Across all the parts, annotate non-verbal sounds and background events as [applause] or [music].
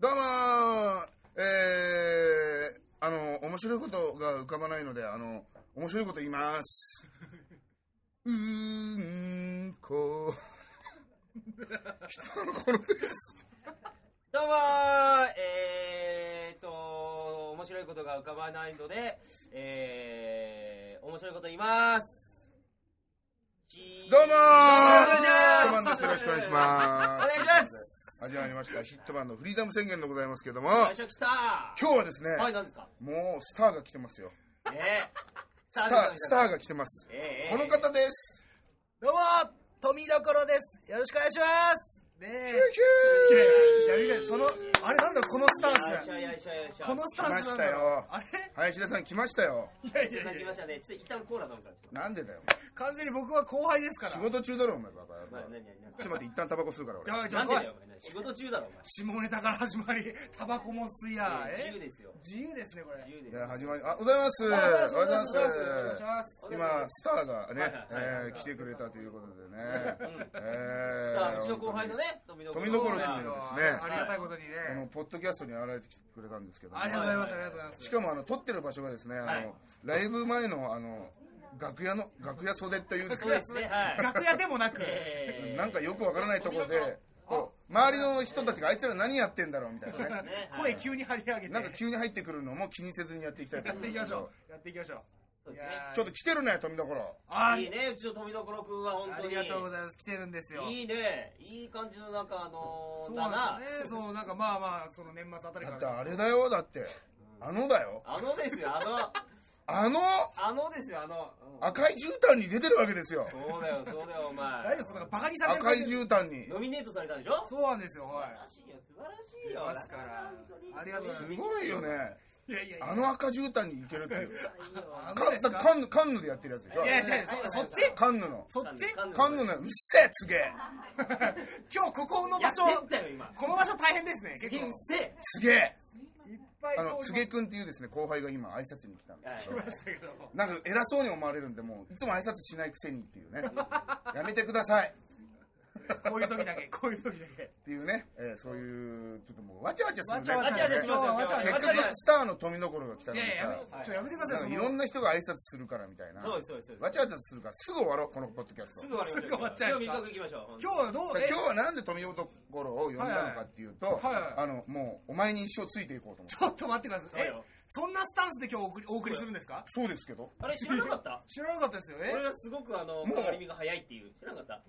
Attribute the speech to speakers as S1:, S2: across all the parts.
S1: どうもーえー、あの、面白いことが浮かばないので、あの、面白いこと言います。 [laughs] うーんこ。人のこのペース
S2: どうもーえーっと、面白いことが浮かばないので、えー、面白いこと言います。チー
S1: どうもー
S2: お
S1: ヒットマンです。よろしくお願いしま
S2: 願いします
S1: す。始まりました、ヒットマンのフリーダム宣言でございますけども、
S2: 最初来た
S1: 今日はですね、
S2: はい、何ですか
S1: もうスターが来てますよ。
S2: ねえ。スター
S1: ス
S2: で
S1: タ
S2: す
S1: ー、スター
S2: か
S1: が来てます。
S2: ええ
S1: この方です。
S3: どうも富どころですよろしくお願いしますねえ
S1: キュ
S3: いやいやそのあれなんだこのスタ
S2: よい
S3: ン
S2: しょよいしょよいし
S3: ス
S2: ょ。
S3: このスタンスなんだ
S1: 来
S3: あ
S1: ま
S3: れ
S1: ー林田さん来ましたよ。
S3: いやい
S2: さ
S3: や
S2: っ
S3: い
S2: き
S3: や
S2: ましたね。ちょっと一旦コーラ飲むから。
S1: なんでだよ。
S3: 完全に僕は後輩ですから
S1: 仕事中だろ、お前、バカ
S2: まあ、
S1: 野郎。
S2: 何何
S1: ちょっと待って、一旦タバコ吸うから、俺。
S3: いやい
S2: な
S3: や
S2: んで
S3: 怖
S2: だ
S3: い
S2: よ、お前仕事中だろ、お前。
S3: 下ネタから始まりタバコも吸いや
S2: 自由
S3: え
S2: ですよ。
S3: 自由ですねこれ
S2: 自由です
S1: いや始まりあおはようございます。おはようございます。今スターがね、
S2: はいはい
S1: えー来てくれたということでね、え
S2: スター、うちの後輩の
S1: ね、
S2: ね、富所
S1: 富所君
S2: が
S1: のですね
S3: ありがたいことにね
S1: このポッドキャストに現れてきてくれたんですけども、
S3: ありがとうございますありがとうございます
S1: しかもあの撮ってる場所がですね、あの、
S2: はい
S1: ライブ前のあの楽屋の楽屋袖というです
S2: そうで
S1: ね、
S2: すね、はい。
S3: 楽屋でもなく
S2: えー
S1: なんかよくわからないところで、こう周りの人たちがあいつら何やってんだろうみたいなね、
S2: ねはい
S3: 声急に張り上げて
S1: なんか急に入ってくるのも気にせずにやっていきたいと
S3: やっ
S1: 思
S3: て
S1: い
S3: いき
S1: ま
S3: ますしょうやっていきましょ
S2: そう
S3: うい
S2: です
S3: や
S2: ね
S3: ー
S1: ちょっと来てるね富所。
S3: あ
S2: いいね、うちの富所君は本
S3: あ
S2: 当に。
S3: りがとうございます来てるんですよ
S2: いいね、いい感じのなんかあの
S3: そ
S2: ー、
S3: う
S2: だ
S3: な
S2: なん
S3: ですねそうなんかまあまあその年末あたり
S1: だ
S3: か
S1: って
S3: ら
S1: あれだよだってあのだよ
S2: あのですよ、あ
S1: あの
S2: の、あのですよ、あの。うん
S1: 赤い絨毯に出てるわけですよ
S2: そうだよ、そうだよ、お前。
S3: 大丈夫ですかバカにされる
S1: 赤い絨毯に
S2: ノミネートされたでしょ素
S3: そうなんですよ、は
S2: 晴らしいよ、素晴らしいよ。
S3: ますから
S2: 本当に
S3: ありがとうござ
S1: すごいよね
S3: い。いやいやいや
S1: あの赤絨毯に行けるっていう
S3: あ
S1: カ
S3: ので
S1: ン
S3: す
S1: だ
S3: か
S1: カンヌカンヌでやってるやつでしょ
S3: いやいやいやそそっち
S1: カンヌの
S3: そっち
S2: カンヌ
S1: カンヌのうっせえすげえ
S3: 今日ここの
S2: や
S3: 場
S2: っ
S3: 所、
S2: てったよ、今。
S3: この場所大変ですね、結構。
S2: 先生。
S1: すげえ
S3: いっぱい
S1: あの
S3: 通
S1: す
S3: り
S1: げえ君っていうですね後輩が今挨拶に来たんですけど
S3: ましたけど。
S1: なんか偉そうに思われるんでもういつも挨拶しないくせにっていうねやめてください
S3: こういう時だけ、こういう時だけ。
S1: っていうね、えーそういうちょっともうわちゃわちゃするね
S2: わちゃわちゃしますよ
S3: わちゃわち
S1: せっ
S3: ゃ
S1: かくスターの富所が来たの
S3: い
S1: に
S3: やいや、や
S1: さ
S3: めちょっとやめてくだ
S1: なんか
S3: さい。
S1: いろんな人が挨拶するからみたいな
S2: そうですそうですそうです
S1: わちゃわちゃするからすぐ終わろうこのポッドキャスト
S2: すぐ終わりましょう。
S3: すぐ終わっちゃう
S2: 今日短く行きましょう。本当に
S3: 今日はどう、
S1: だから
S3: え
S1: 今日はなんで富所を呼んだのかっていうと、
S3: いはいはい
S1: あのもうお前に一生ついていこうと思って
S3: ちょっと待ってください。
S2: そう
S3: え
S2: よ、
S3: そんなスタンスで今日お送りお送りするんですか
S1: そうですけど
S2: あれ、知らなかった
S3: 知らなかったですよ、え
S2: 俺がすごくあの、
S1: もう
S2: 変わり身が早いっていう。知らなかっ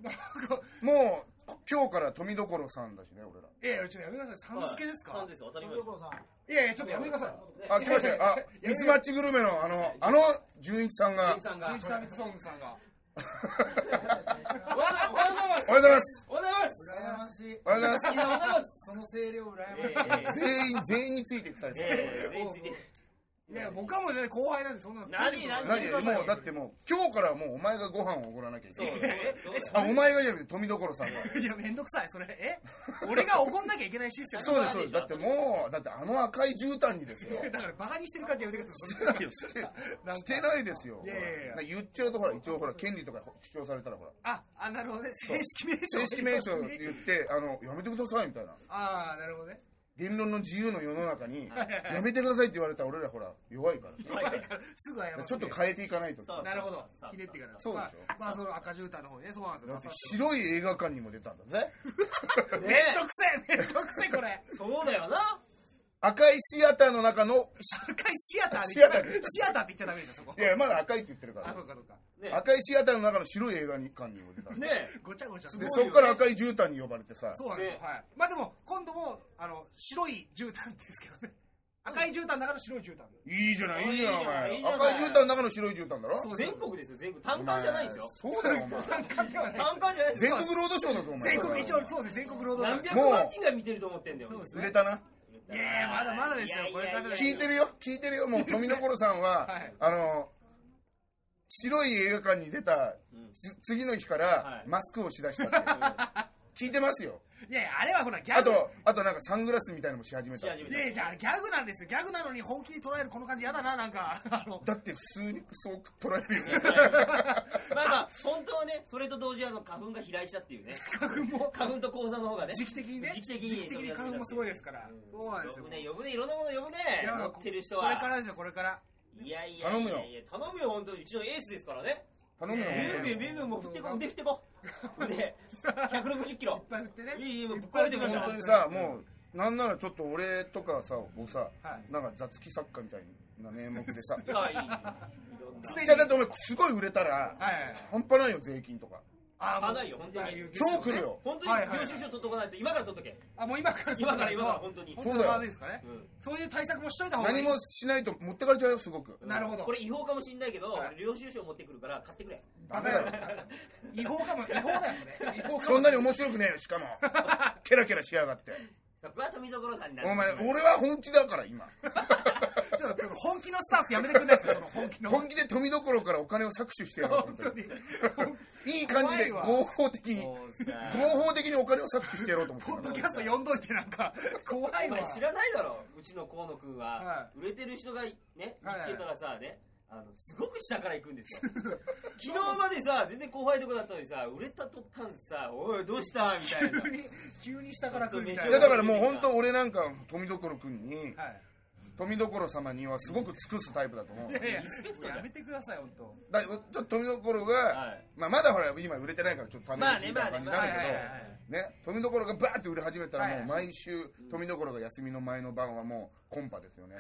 S2: た
S1: もうこ今日から富所さんだしね俺ら
S3: いやいや、ちょっとやめてください。さん付けです
S2: はい三
S3: か
S2: ですよ、当たり前です。
S3: いやいや、ちょっとやめてください。
S1: あ来ましたよあミスマッチグルメのあのあの純一さんが
S2: 店員さんが。
S3: 純一ダビッドソングさんが。
S2: おはようおはようございます
S1: おはようございます
S2: おはようございます
S4: 羨ましい。
S1: おはようござい
S2: おはようございます
S4: その声量
S2: ええええええ
S4: 羨ましい。
S1: ます全員全員についてきたりする
S2: ええ全然
S3: いや、僕はもう全然後輩なんで、そんな。
S2: 何何
S1: 何
S2: 何
S1: もうだってもう今日からもうお前がご飯をおごらなきゃいけ
S2: そう
S1: ない
S2: そう
S1: あお前がじゃなくて富所さんが
S3: いや、めんどくさい、それ。え俺がおごんなきゃいけないシステム。
S1: そうですそうですだってもうだってあの赤い絨毯にですよ
S3: だから、バカにしてる感じやめてください。
S1: してないしてないですよ
S3: いやいやいや
S1: ほら言っちゃうとほら一応ほら権利とか主張されたらほら
S3: あ、あ、なるほどね。正式名称。
S1: 正式名称って言ってあのやめてくださいみたいな
S3: ああ、なるほどね。
S1: 言論の自由の世の中にやめてくださいって言われたら俺らほら弱いから
S2: はいはい
S3: すぐ謝
S1: [laughs]
S3: る。
S1: ちょっと変えていかないと
S2: そう
S3: なるほど。ひねってから。
S1: そうでしょ
S3: まあ、まあ、その赤絨毯の方ね、そうなんです
S1: だ
S3: よ
S1: って。白い映画館にも出たんだぜ
S3: めんどくせえ、めんどくせえ、
S1: [laughs]
S3: これ。
S2: そうだよな
S1: 赤いシアターの中の
S3: 赤いシアターで
S1: シアターで
S3: シアターって言っちゃダメでしょ、そこ
S1: い。やまだ赤いって言ってるか
S3: あ、
S1: ら
S3: そうか、そうか。
S2: ね
S1: 赤いシアターの中の白い映画館にも出たんだ
S2: ね
S3: ごちゃごちゃ。
S1: で
S2: ごい
S1: そ
S2: よね
S1: っから赤い絨毯に呼ばれてさ
S3: そうなんですよ。
S2: ね
S3: はい。まあ、でも、今度も、あの、白い絨毯ですけどね。赤い絨毯だから白い絨毯。
S1: いいじゃないいいじゃないお
S2: いい
S1: 前
S2: じゃない
S1: 赤い絨毯の中の白い絨毯だろ
S3: そう
S2: 全国ですよ全国単管じゃないですよ
S1: お前そうだよお前
S3: 単価ではない。
S2: 単管じゃないです
S1: 全
S2: よ
S1: 国ロードショーだぞお前
S3: 全国、一応、そうですね、全国労働
S2: 何
S3: 者。
S2: 百万人が見てると思ってんだよ
S3: そうです
S1: 売
S3: ね
S1: れたない
S3: やいやまだまだですよこれからだよ
S1: 聞いてるよ聞いてるよもう富所さんは、
S3: はい
S1: あの白い映画館に出た、
S2: ん
S1: つ次の日から、
S2: はい
S1: マスクをしだしたって聞いてますよ
S3: いやいや、あれはほら、ギャ
S1: あ
S3: グ。
S1: と、あとなんかサングラスみたいなのもし始めた。
S2: し始め
S3: いやいや、じゃああれギャグなんですよ。ギャグなのに本気に捉えるこの感じやだな、なんか。 [laughs] あの、
S1: だって普通にそう捉えるよね。
S2: まあまあ、本当はね、それと同時にあの花粉が飛来したっていうね。
S3: 花粉も、
S2: 花粉と黄砂の方がね。
S3: 時期的にね。
S2: 時期的に。
S3: 時期的に花粉もすごいですから。そうなんですよ
S2: 呼ぶ。ね、呼ぶね、いろんなもの呼ぶね
S3: い。や
S2: 持ってる人
S3: これか
S2: は。
S3: らですよ、これから。
S2: いやいやいやいや、
S1: 頼む
S2: 頼むよ、本当に。うちのエースですからね。
S1: 頼むよ、
S2: ビュンビュンビュ
S1: ね
S2: ンビュンもう振ってこ、腕振ってこ。腕、160キ
S3: い
S2: ロ
S3: っ。ぱい振ってね。
S2: いいいいもうぶっ壊れてました
S1: 本当にさ、もう、なんならちょっと俺とかさ、をさ、
S3: はい
S1: なんか雑記作家みたいな名目でさ。
S2: いや、いい。いろんな。
S3: 常に
S1: じゃあだってお前、すごい売れたら、
S3: はいはいはい。
S1: 半端ないよ、税金とか。
S3: あ
S2: 買わないよ本当に
S1: 超来る。よ。
S2: 本当に領収書取っとかないと、今から取っとけ。
S3: あ、もう今から。
S2: 今から今から本当に
S3: 本当にまずいですかね
S2: う。ん。
S3: そういう対策もしといた方がいい。
S1: 何もしないと持ってかれちゃうよ、すごく。
S3: なるほど
S2: これ違法かもしんないけど、
S3: はい
S2: 俺領収書持ってくるから買ってくれ。
S1: ダメだろ。
S3: 違法かも、違法だよね。違法かも。
S1: そんなに面白くねえよ、しかも。ケラケラしやがって。
S2: そこは富所さんになる。
S1: お前、俺は本気だから、今。
S3: ちょっと本気のスタッフやめてくんないですか、その本気の。
S1: 本気で富所からお金を搾取してやろうと思
S3: 本
S1: って
S3: 当
S1: る。
S3: に。
S1: いい感じで
S3: 怖いわ
S1: 合法的に、
S2: もうさ
S1: 合法的にお金を搾取してやろうと思
S3: ポッ
S1: って
S3: ド
S1: る
S3: キャスト読んどいてなんか、怖いわ。
S2: お前知らないだろうちの河野くんは
S3: は、
S2: 売れてる人がね見
S3: はいはい
S2: つけたらさねあのすごく下から行くんですよ昨日までさ全然後輩とかだったのにさ売れたとったんさおいどうしたみたいな
S3: 急に、急に下から来るみた
S1: い
S2: ち
S3: い
S2: ょ
S1: や
S2: っ
S3: な。
S1: だからもう本当俺なんか富所君に
S3: はい。
S1: 富所様にはすごく尽くすタイプだと思う
S3: いやいや
S2: リスペクトじゃん
S3: やめてください、本当。
S1: だちょっと富所が、
S2: はい
S1: まあ、まだほら今売れてないからちょっとタメ口みたいな感じにな
S2: まあ
S1: る
S2: ね
S1: け
S2: まあ
S1: ど、
S2: ね
S1: ね、富所がバーって売れ始めたらも
S3: は
S1: う
S3: い
S1: 毎週富所が休みの前の晩はもうコンパですよね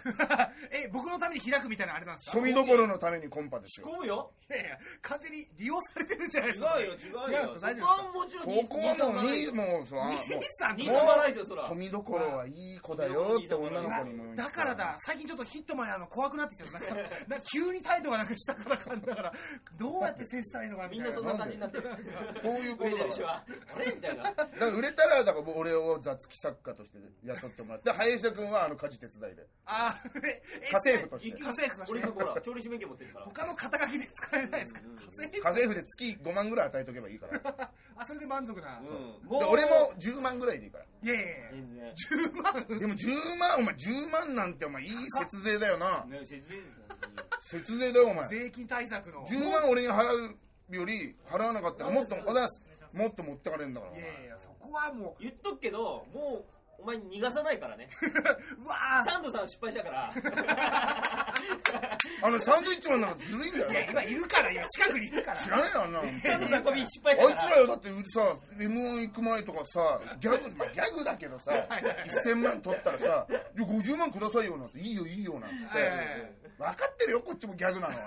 S3: え、僕のために開くみたいなのあれなんですか
S1: 富所のためにコンパです
S2: 仕
S1: よ
S2: 込むよ
S3: いやいや、完全に利用されてるんじゃない
S2: 違
S3: で
S2: う
S3: す
S2: よ
S3: か。
S2: 違うよ
S3: 違うんで
S2: そ
S3: すか大丈
S2: こ
S3: 夫
S2: はもちろ
S1: そ
S2: ん
S1: こはもうにもうさも
S3: です
S1: う
S3: か。
S2: 二
S3: 兄
S2: 度
S3: さん
S2: ばないとよそら
S1: 富所はいい子だよって女の子にも言って
S3: だからだ、最近ちょっとヒットマンあの怖くなってきてる。なんか、なんか急に態度がなんか下から感じだから、どうやって接したらいいのかみ
S2: みん
S3: たい
S2: な
S3: な
S2: そん。な感じになってる
S1: そういうこ
S2: 売れ
S1: と
S2: て
S1: だ
S2: る
S1: か
S2: 人
S1: ら
S2: はあれみたいな
S1: だから売れたらだからもう俺を雑記作家として雇ってもらって林下君はあの家事手伝いで
S3: あー、え、え
S1: 家政婦とし
S2: 結
S1: て
S2: 局
S3: 家政婦として
S2: 俺がほら調理師免許持ってるから
S3: 他の肩書きで使えないですか
S2: うんうんうん
S3: 家政婦
S1: 家政婦で月5万ぐらい与えとけばいいからで
S3: あ、それで満足な。
S2: うんもう
S1: 俺も10万ぐらいでいいから
S3: いやいやいや
S2: 全然
S3: 10万
S1: でも10万お前10万なんてお前いい節税だよな
S2: ね節電
S1: 節税だよお前
S3: 税金対策の。
S1: 10万俺に払うより払わなかったらもっとおだすもっと持ってかれんだからお
S3: い
S1: 前
S3: やいやいや、そこはも
S2: 言っとくけどもうお前逃がさないからね
S3: う、うわ
S2: サンドさん失敗したから。 [laughs]
S1: あのサンドイッチマンなんかずるいん
S3: ーい
S1: だ
S3: や、
S1: よ
S3: 今いるから、今近くにいるから。
S1: 知らねえよあんなの
S2: サンドさんコミ失敗
S1: あ
S2: し
S1: い
S2: たか
S1: つ
S2: ら
S1: ら。よだってさ m 1行く前とかさギャグ、まあ、ギャグだけどさ1000万取ったらさ「いや50万くださいよ」なんて「いいよいいよ」なんつって
S3: はいはいはい
S1: 分かってるよこっちもギャグなのは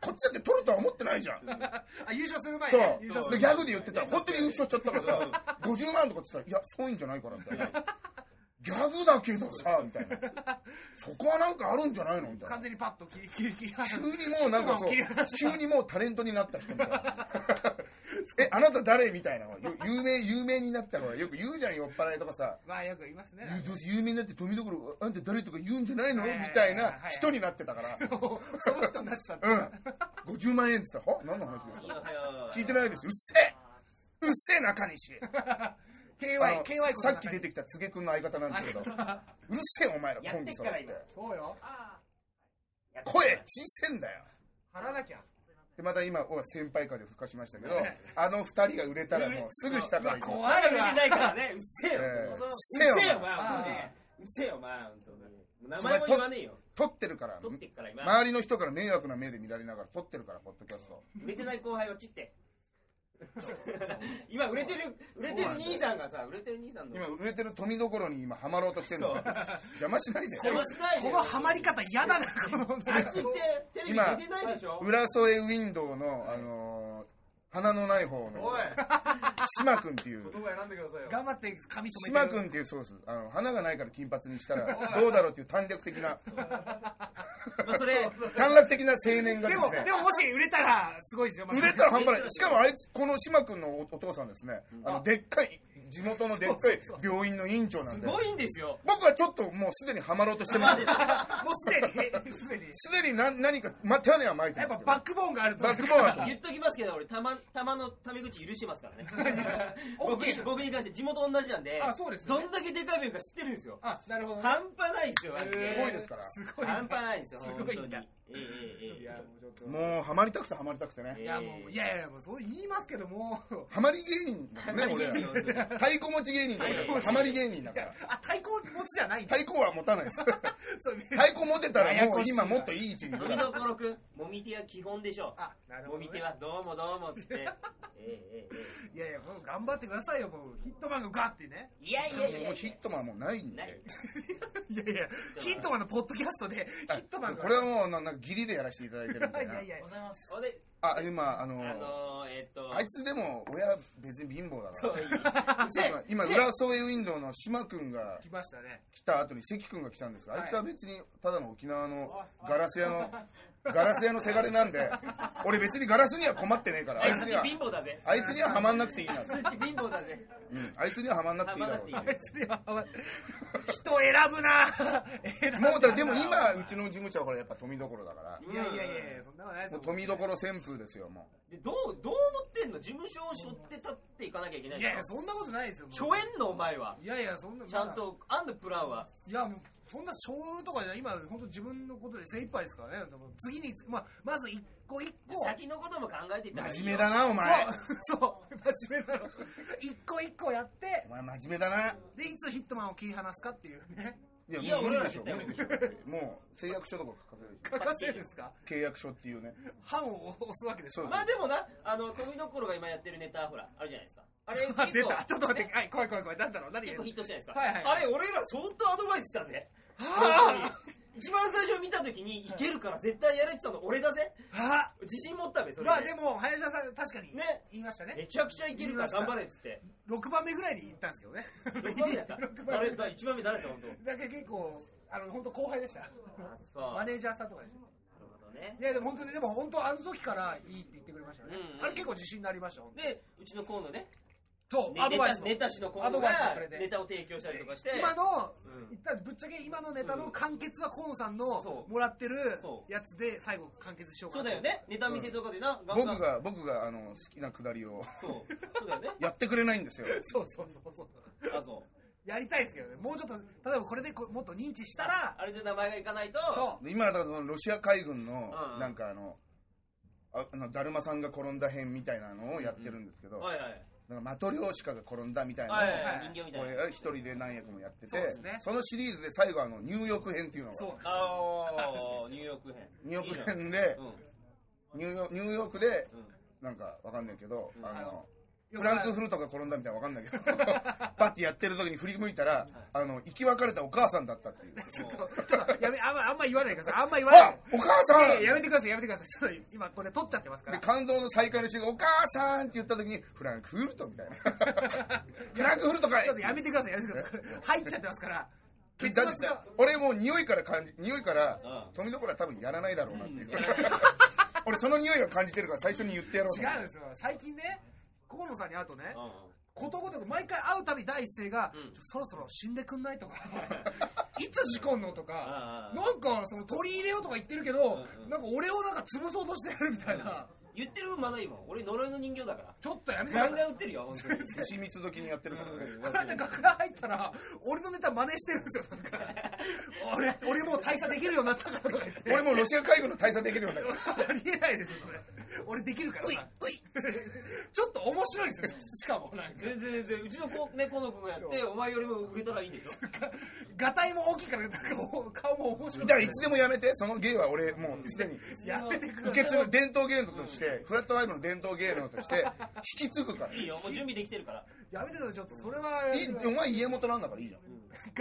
S1: こっちだって取るとは思ってないじゃん
S3: あ、優勝する前にね。優
S1: そ
S3: 勝
S1: うで
S3: する
S1: ギ
S3: 前
S1: ャグで言ってたら本当に優勝しちゃったからさ50万とかって言ったら「いやそういうんじゃないから」みたいな「ギャグだけどさ」みたいな「そこはなんかあるんじゃないの?」みたいな
S3: 完全にパッと切り切り切り離
S1: [laughs]
S3: す
S1: 急にもうなんかそ
S3: 切り離
S1: う
S3: し
S1: 急にもうタレントになった人みたいな [laughs] えあなた誰みたいなよ有名有名になったらよく言うじゃん酔っ払いとかさ
S3: まあよく言いますね。
S1: えどうせ有名になって富所あんた誰とか言うんじゃないのみ
S3: はいはいはい
S1: たいな人になってたから
S3: その人になってたって。
S1: うん50万円っつったらは何の話です
S2: いい
S1: か
S2: よよ
S1: 聞いてないですようっせえうっせえ中西あ
S3: KY、
S1: の
S3: KY こそ
S1: さっき出てきた柘植君の相方なんですけどうるせえお前ら
S2: や
S1: コ
S2: っ
S1: ン
S2: て
S1: ビ
S2: っ
S1: そ
S2: から
S1: れ
S2: 今。
S3: そうよ。
S1: 声小せえんだよ
S3: 払わなきゃ。
S1: でまた今お先輩風吹かしま
S2: [laughs]
S1: したけどあの二人が売れたらもうすぐ下から行く
S3: 怖
S2: まだ
S3: い
S2: 見て
S3: わ。
S2: ないからね。うっせえよ。
S1: えー
S2: うっ
S1: うっ
S2: せ
S1: せ
S2: え
S1: えよ
S2: よ、お前。
S3: あー
S2: 本当にうっせえよ、お前。本当に名前も言わねえよ。
S1: 撮ってるから
S2: 取ってっから今。
S1: 周りの人から迷惑な目で見られながら撮ってるからポッドキャスト
S2: 売れてない後輩は散って。今売れてる、売れてる兄さんがさ、売れてる兄さんの。
S1: 今売れてる富所に今ハマろうとしてるの
S2: そう
S1: [laughs] 邪魔しないで
S2: 邪魔しないで
S3: このハマり方嫌だな、この。
S2: あっちってテレビ
S1: 今
S2: 出てないでしょ
S1: 浦添ウィンドウのあのー鼻のない方の
S4: おい
S1: 島君っていう
S4: 言葉選んでくださいよ
S3: 頑張って髪留め
S1: 島
S3: てる。
S1: 君っていうソースあの花がないから金髪にしたらどうだろうっていう短絡的な
S2: まあそれ、
S1: 短絡的な青年がで
S3: ですも、
S1: ね
S3: でももし売れたら、すごいですよ。まあ
S1: 売れたら半端ないしかもあいつこの島君のおお父さんですねあのでっかい地元のでっかい病院の院長なん
S2: す
S1: で
S2: ごいんですよ。
S1: 僕はちょっともうすでにハマろうとしてます
S3: もうすでに、すでに。
S1: [laughs] すでに何何か、ま、種はまいて
S3: や
S1: ま
S3: っ
S1: す
S3: ぱ
S1: けど
S3: バックボーンがあると。
S1: バックボーンは
S3: [laughs]
S2: 言っときますけど、俺、玉玉のタメ口許してますからね
S3: オッ
S2: 僕
S3: ケー
S2: に僕に関して地元同じなんで
S3: あそうですよ
S2: ど
S3: ね
S2: んだけでかい弁か知ってるんですよ
S3: あ、なるほどね。
S2: 半端ないですよマジ
S1: す
S2: で
S1: ごいですから。
S3: すごいね。
S2: 半端ないですよ本当
S3: すご
S2: に
S3: いな
S2: ええええ
S3: い
S2: え
S3: や、もうちょっ
S1: [laughs]
S3: と。
S1: もう、ハマりたくてハマりたくてね
S2: え。
S3: いや、もう、いやいや、もうそう言いますけども、
S1: ハマり芸人だからね、俺
S2: ハマり芸人
S1: ら。太鼓持ち芸人だ
S2: 太鼓
S1: から。
S2: 持ち
S1: ハマり芸人だから。
S3: あ、太鼓持ちじゃないんだ
S1: 太。鼓は持たないです。
S3: そう
S1: 太鼓持てたらもう今
S3: ややこしいな
S1: もっといい位置にい
S2: え
S1: るか
S2: 飲み
S1: ら。
S2: どころくんもみ手は基本でしょ
S3: あ、なる
S2: う
S3: ほ
S2: も
S3: ど、ね
S2: み。手はどうもどうもっつ
S3: [laughs]
S2: ってえええええ
S3: いやいや、もう頑張ってくださいよ、もう。ヒットマンがガッてね。 [laughs]
S2: えいやいやいやい
S1: も
S2: や
S1: うヒットマンもないん
S2: ない
S1: で。
S3: いやいや、ヒットマンのポッドキャストで、ヒットマンが。
S1: これはもうななんか義理でやらせていただいてるみたい
S3: [laughs] い
S1: な
S3: や。いや、
S4: ございます。
S2: ほんで
S1: あ、今、あ
S2: あ
S1: の、
S2: のー、えっと
S1: あいつでも親別に貧乏だ
S2: そう
S1: か
S2: いいう
S3: [laughs]
S1: ら。今、
S2: せ
S1: 裏添えウィンドウの島くんが
S3: 来ましたね。 [laughs]
S1: 来た後に関くんが来たんですが、
S3: はい
S1: あいつは別にただの沖縄のガラス屋の、ガラス屋のせがれなんで、俺別にガラスには困ってねえから、あ
S2: あい
S1: い
S2: つ
S1: つ
S2: た
S1: に
S2: ち
S1: は、
S2: 貧乏だぜ
S1: あいつにはハマんなくていいな。
S2: [laughs] あいつたち貧乏だぜ
S1: うん、あいつにはハマんなくていいだろうって
S2: ハマんなくていい
S3: それは、人選ぶな
S1: [laughs]
S3: 選ぶな
S1: もうだ、でも今、うちの事務所はこれやっぱ富どころだから、
S3: いやいやいやいや、そんなことないです
S1: も
S3: よ
S1: う富どころ旋風ですよ、も
S2: でどうどう思ってんの事務所を背負って立っていかなきゃいけない
S3: い
S2: じゃ
S3: や
S2: ん
S3: いや、そんなことないですよ。もう
S2: しょえんのお前はい
S3: やいや、そんな、
S2: ちゃんとあんのプランは
S3: まだ。いや、もう、そんな、勝負とかじゃ、今、本当自分のことで精一杯ですからね。でも次に、まあ、まず一個一個。
S2: 先のことも考えていった
S1: う。
S2: らいい
S1: 真
S2: よ
S1: 面目だな、お前。
S3: [laughs] そう、そう、真面目なの。一個一個やって
S1: お、前真面目だな。
S3: で、いつヒットマンを切り離すかっていうね。
S1: い
S2: い
S1: や、
S2: や
S1: 無理
S2: 俺ら
S1: でしょ、無
S2: だ
S1: 理でしょ。もう、誓約書とか書かせる
S3: 書かせるんですか
S1: 契約書っていうね。
S3: 判を押すわけでしょ
S1: そう
S2: [laughs] まあでもなあの富所が今やってるネタほらあるじゃないですかあれ結
S3: [laughs] あ、出
S2: 構
S3: た。ちょっと待って、はい、怖い怖い怖い。なんだろう何
S2: 結構ヒットしたじゃないですか、
S3: はいは
S2: あ
S3: い
S2: れ俺ら相当アドバイスしたぜ
S3: は
S2: 一番最初見た時にいけるから絶対やれって言ったの俺だぜ
S3: あは
S2: 自信持ったべそ
S3: あ
S2: れ
S3: まあでも、林田さん、確かに。
S2: ね
S3: 言いましたね。
S2: めちゃくちゃいけるから頑張れっつって
S3: 6番目ぐらいに行ったんですけどね。
S2: 6番目だ
S3: [laughs]
S2: った
S3: 6番
S2: 誰
S3: 目。だ
S2: だ一番目誰だった本当
S3: けど結構、あの、本当後輩でした。
S2: そう
S3: マネージャーさんとかでした。
S2: なるほどね
S3: いやでも本当にでも本当あの時からいいって言ってくれましたよね、
S2: うんうん
S3: あれ結構自信になりました本当に
S2: でうちの河野ね
S3: そう
S2: ね
S3: アド
S2: ネ
S3: バイス
S2: タ
S3: も
S2: ネタ師の河
S3: アド
S2: 野
S3: バイス
S2: が
S3: もこれで
S2: ネタを提供したりとかして
S3: 今の、
S2: うん
S3: 言ったらぶっちゃけ今のネタの完結は河野さんの
S2: そう
S3: もらってる
S2: そう
S3: やつで最後完結しようか
S2: そう
S3: な
S2: だよねネタ見せとかでな、ガンガン
S1: 僕が、僕が、あの、好きなくだりを [laughs]
S2: そうそうだよね
S1: やってくれないんですよ。
S3: そうそうそうそう
S2: あそう
S3: やりたいですけどねもうちょっと例えばこれでこもっと認知したら
S2: あれで名前がいかないと
S3: そう
S1: で今だとそのロシア海軍の
S2: うんうん
S1: なんかあの、ああのだるまさんが転んだ編みたいなのをやってるんですけど、
S2: はいはい
S1: なんかマトリョーシカが転んだみたいなのを、
S2: はいはい
S3: はい
S2: 人形みた
S1: こ
S2: いな
S1: れ一人で何役もやってて
S3: そうですね
S1: そのシリーズで最後あの入浴編っていうの
S3: そう
S1: が
S2: あーニューヨーク編
S1: 入浴
S2: いい
S1: 編で
S2: じゃんう
S1: ニュ
S2: ん
S1: ーヨニューヨークで
S2: うん
S1: なんかわかんないけど、
S2: うん
S1: あ
S3: あ
S1: の
S3: の
S1: フランクフルトが転んだみたいなわかんない
S3: [laughs]
S1: けどパッてやってる時に振り向いたらあの生き別れたお母さんだったって
S3: [laughs]
S1: いう
S3: ちょっとちょっとやめあんまあんま言わないでくださいあんま言わない
S1: あお母さん
S3: いやいややめてくださいやめてくださいちょっと今これ撮っちゃってますか
S1: で
S3: ら
S1: 感動の再会の瞬間、お母さんって言った時に、フランクフルトみた
S3: [laughs]
S1: いな。フランクフルトかい
S3: ちょっとやめてくださいやめてください入っちゃってますから結
S1: だっ
S3: 末
S1: て
S3: が
S1: 俺もう匂いから感じ、匂いから
S2: う、ん
S1: 富所は多分やらないだろうなっていううん
S2: や。ら
S1: [laughs] 俺その匂いを感じてるから最初に言ってやろうと
S3: 違
S1: 思って
S3: うんですよ最近ね河野さんに会うとね、
S2: うんうん
S3: ことごとく毎回会うたび第一声が、
S2: うん
S3: ちょそろそろ死んでく
S2: [laughs]
S3: んないとかいつ事故んのとか
S2: ああ
S3: なんかその取り入れようとか言ってるけど、
S2: うんうん
S3: なんか俺をなんか潰そうとしてるみたいな、
S2: 言ってる分まだいいもん俺呪いの人形だから
S3: ちょっとやめてくだ
S2: ガ
S3: さ
S2: ン
S3: い
S2: ガン売ってるよ本当に
S1: 牛蜜時にやってるからね。
S3: これで楽屋入ったら俺のネタ真似してるんですよなんか
S2: [laughs]
S3: 俺俺もう大佐できるようになったからとか言って
S1: 俺もうロシア海軍の大佐できるようになる。
S3: [laughs] ありえないでしょそれ俺できるからさ [laughs] ちょっと面白いんですよしかもなんか
S2: 全然全然うちの子猫の子がやってお前よりも売れたらいいんでしょ
S3: がたいも大きいからなんかもう顔も面白い
S1: だからいつでもやめて、その芸は俺もうすでに。
S3: やめてくだ
S1: 受
S3: さ
S1: け
S3: い
S1: 継ぐ伝統芸能として、フラットワイブの伝統芸能として、引き継ぐから。
S2: いいよもう準備できてるから
S3: やめてくださいちょっとそれはい
S1: いお前家元なんだからいいじゃ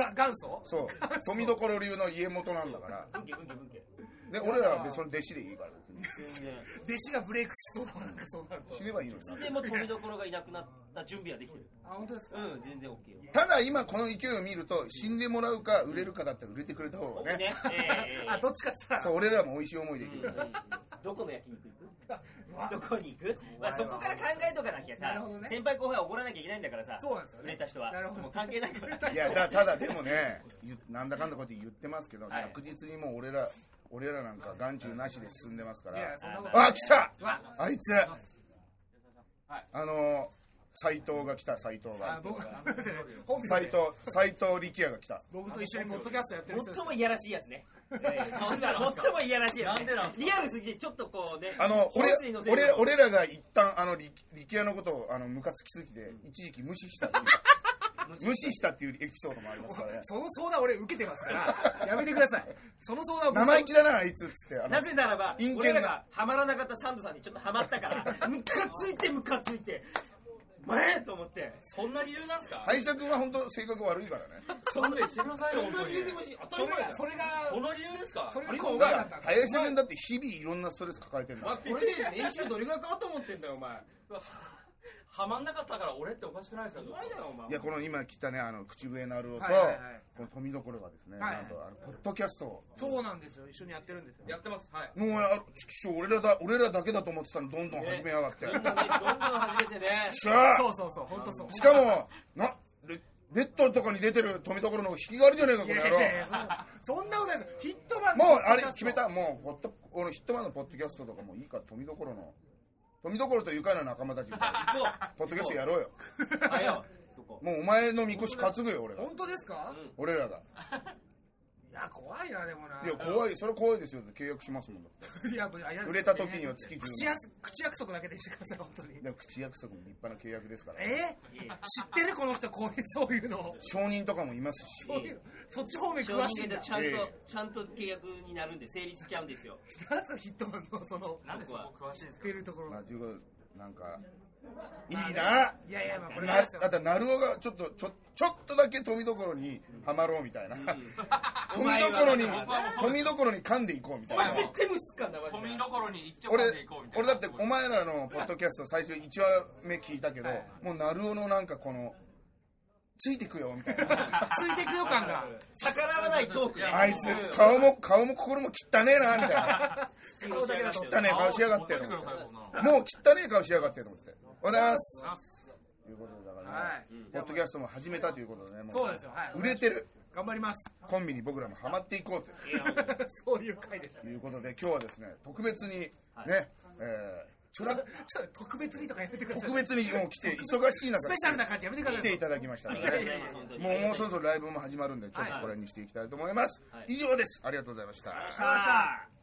S1: ん。
S3: が元祖
S1: そう。富所流の家元なんだから。
S2: 文家文家文家
S1: ね、俺らは別にその弟子でいいから。
S2: 全然
S3: 弟子がブレイクしそうだわなんかそうなると
S1: 死ねばいいのにな
S2: それでもう富所がいなくなった準備はできてる
S3: あ本当ですか
S2: うん全然 OK よ
S1: ただ今この勢いを見ると、死んでもらうか売れるかだったら売れてくれた方が
S2: OK
S1: ね。
S2: ねええええ
S3: あどっちかって言った
S1: そう、
S3: ら
S1: 俺らも美味しい思いでき
S2: うんう
S1: る。
S2: んどこの焼肉行く
S3: わ
S2: どこに行く、まあ、そこから考えとかなきゃ
S3: なる
S2: さ
S3: ほど、ね
S2: 先輩後輩は怒らなきゃいけないんだからさ、
S3: そうなんですよね
S2: 売れた人は
S3: なるほ。ど
S2: もう関係ないから。
S1: いや、だ、ただでもね、ゆなんだかんだこうやって言ってますけど、
S2: はい
S1: 着実にもう俺ら、俺らなんか眼中なしで進んでますか
S3: いや
S1: ら。
S3: そんなことない
S1: あ、来た
S3: わ
S1: あいつ
S2: はい
S1: あの斎藤が来た斎藤
S3: あ
S1: が
S3: 僕
S2: あ
S3: [laughs] 本名
S1: 斎
S3: で
S1: 藤斎藤力也が来た
S3: 僕と一緒にポッドキャストやってる人です
S2: 最もいやらしいやつね。えー
S4: なんでなんですか
S2: 最もいやらしいやつ、
S4: なんでなんです
S2: リアルすぎて、ちょっとこうね。
S1: あの俺
S2: 本心のせい
S1: 俺俺らが一旦あの力力也のことをあのムカつきすぎて一時期無視したっていう無視したっていうエピソードもありますからね
S3: その相談俺受けてますからやめてくださいその相談僕
S1: 生意気だなあいつっつってあの
S2: なぜならば
S1: 陰険、な
S2: 俺らがハマらなかったサンドさんにちょっとハマった
S1: [laughs]
S2: から、ムカついてムカついて、前と思って、
S4: そんな理由なんですか
S1: 敗者君は本当性格悪いからね
S4: そんな理由してくださいよ
S2: そん
S4: 本
S2: な
S4: 当
S2: 理
S4: に
S2: 由でもしい、当た
S3: そ
S2: り
S3: れ
S2: 前だ
S3: が
S2: よ。
S3: それが
S4: その理由ですか
S3: それが
S2: あれ
S3: 今
S1: だ
S3: 回
S1: か
S3: だっ
S1: ら
S3: た
S1: 林君だって日々いろんなストレス抱えてるんだ
S4: ま
S1: か
S2: これで年収どれぐらいかかと思ってんだよ、お前。
S4: はまんなかったから俺っておかしくないですか
S2: お前だよ、お前。
S1: らいやこの今来たねあの口笛なるおと、
S3: はいはいはい
S1: この富所がですね、
S3: はいはい
S1: なんとあのポッドキャストを
S3: そうなんですよ一緒にやってるんですよ
S4: やってますはい
S1: もうあちくしょう俺らだ俺らだけだと思ってたのどんどん始めやがって、
S2: どんどん始めてね。
S1: しゃあ
S3: そうそうそう本当そう
S1: しかもなレレッドとかに出てる富所の引きがありじゃねえかこの野郎
S3: そんなことないですヒットマンの
S1: もうあれ
S3: ポッドキャスト
S1: 決めたもうポッドこのヒットマンのポッドキャストとかもいいから富所の富所と愉快な仲間たちも
S2: 行
S1: ポ
S2: こ
S1: ッドキャストやろうよ
S2: う。はよ。そこ。
S1: もうお前のみこし担ぐよ俺が
S3: 本当ですか
S2: うん
S1: 俺らが
S3: いや怖いなでもない
S1: や怖いそれ怖いですよ契約しますもんだって
S3: いやもうあれ
S1: 売れた時には月10
S3: 口やす口約束だけでしてください本当に
S1: でも口約束も立派な契約ですから
S3: えー、知ってるこの人こういうそういうの
S1: 承認とかもいますし
S3: そういうのそっち方面
S2: 商
S3: 詳しい
S2: 品
S3: んだ
S2: でちゃんと
S1: ええ、
S2: ちゃんと契約になるんで、成立しちゃうんですよ。
S3: なんすかヒットマンのその
S4: なんでそこ詳し
S3: 知
S4: いんです
S3: っ
S4: か
S3: てるところ
S1: まあということでなんかいいない
S3: やいやまあこれ
S1: な
S3: は
S1: だって成尾がちょっとちょちょっとだけ富所にはまろうみたいな [laughs] 富所に
S2: お前は
S1: 富所に噛んでいこうみた
S2: お
S1: いな
S2: 前絶対無視すっかんな、マジで。
S4: 富所に一丁
S1: 俺
S4: 込んでいこうみたい
S1: 俺
S4: な
S1: だってお前らのポッドキャスト最初1話目聞いたけどもう成尾のなんかこのついてくよみたいな
S3: [laughs] ついてくよ感が
S2: 逆らわないトークね。
S1: あいつ顔も顔も心も汚ねえなみたいな
S2: つ、顔だけだと。
S1: 汚ねえ顔しやがって
S4: る
S1: る
S4: くださいこんなの
S1: もう汚ねえ顔しやがってと思っておはようございますということでだからね、
S3: はい
S1: ポッドキャストも始めたということでねも
S3: そうですよはい
S1: 売れてる
S3: 頑張ります
S1: コンビに僕らもハマっていこう
S3: そういう回でした
S1: ということで今日はですね特別にね、え
S3: ちょらちょっと特別にとかやめてくだ
S1: ー
S3: さい
S1: 特
S3: ス
S1: 別にもう来て忙しい中
S3: ペシャルな感じやめてくだ
S1: 来
S3: さい
S1: ていただきましたので、ね、もうもうそろそろライブも始まるんでちょっとこれにしていきたいと思います、
S2: はい
S1: 以上ですありがとうございました、
S2: さあ。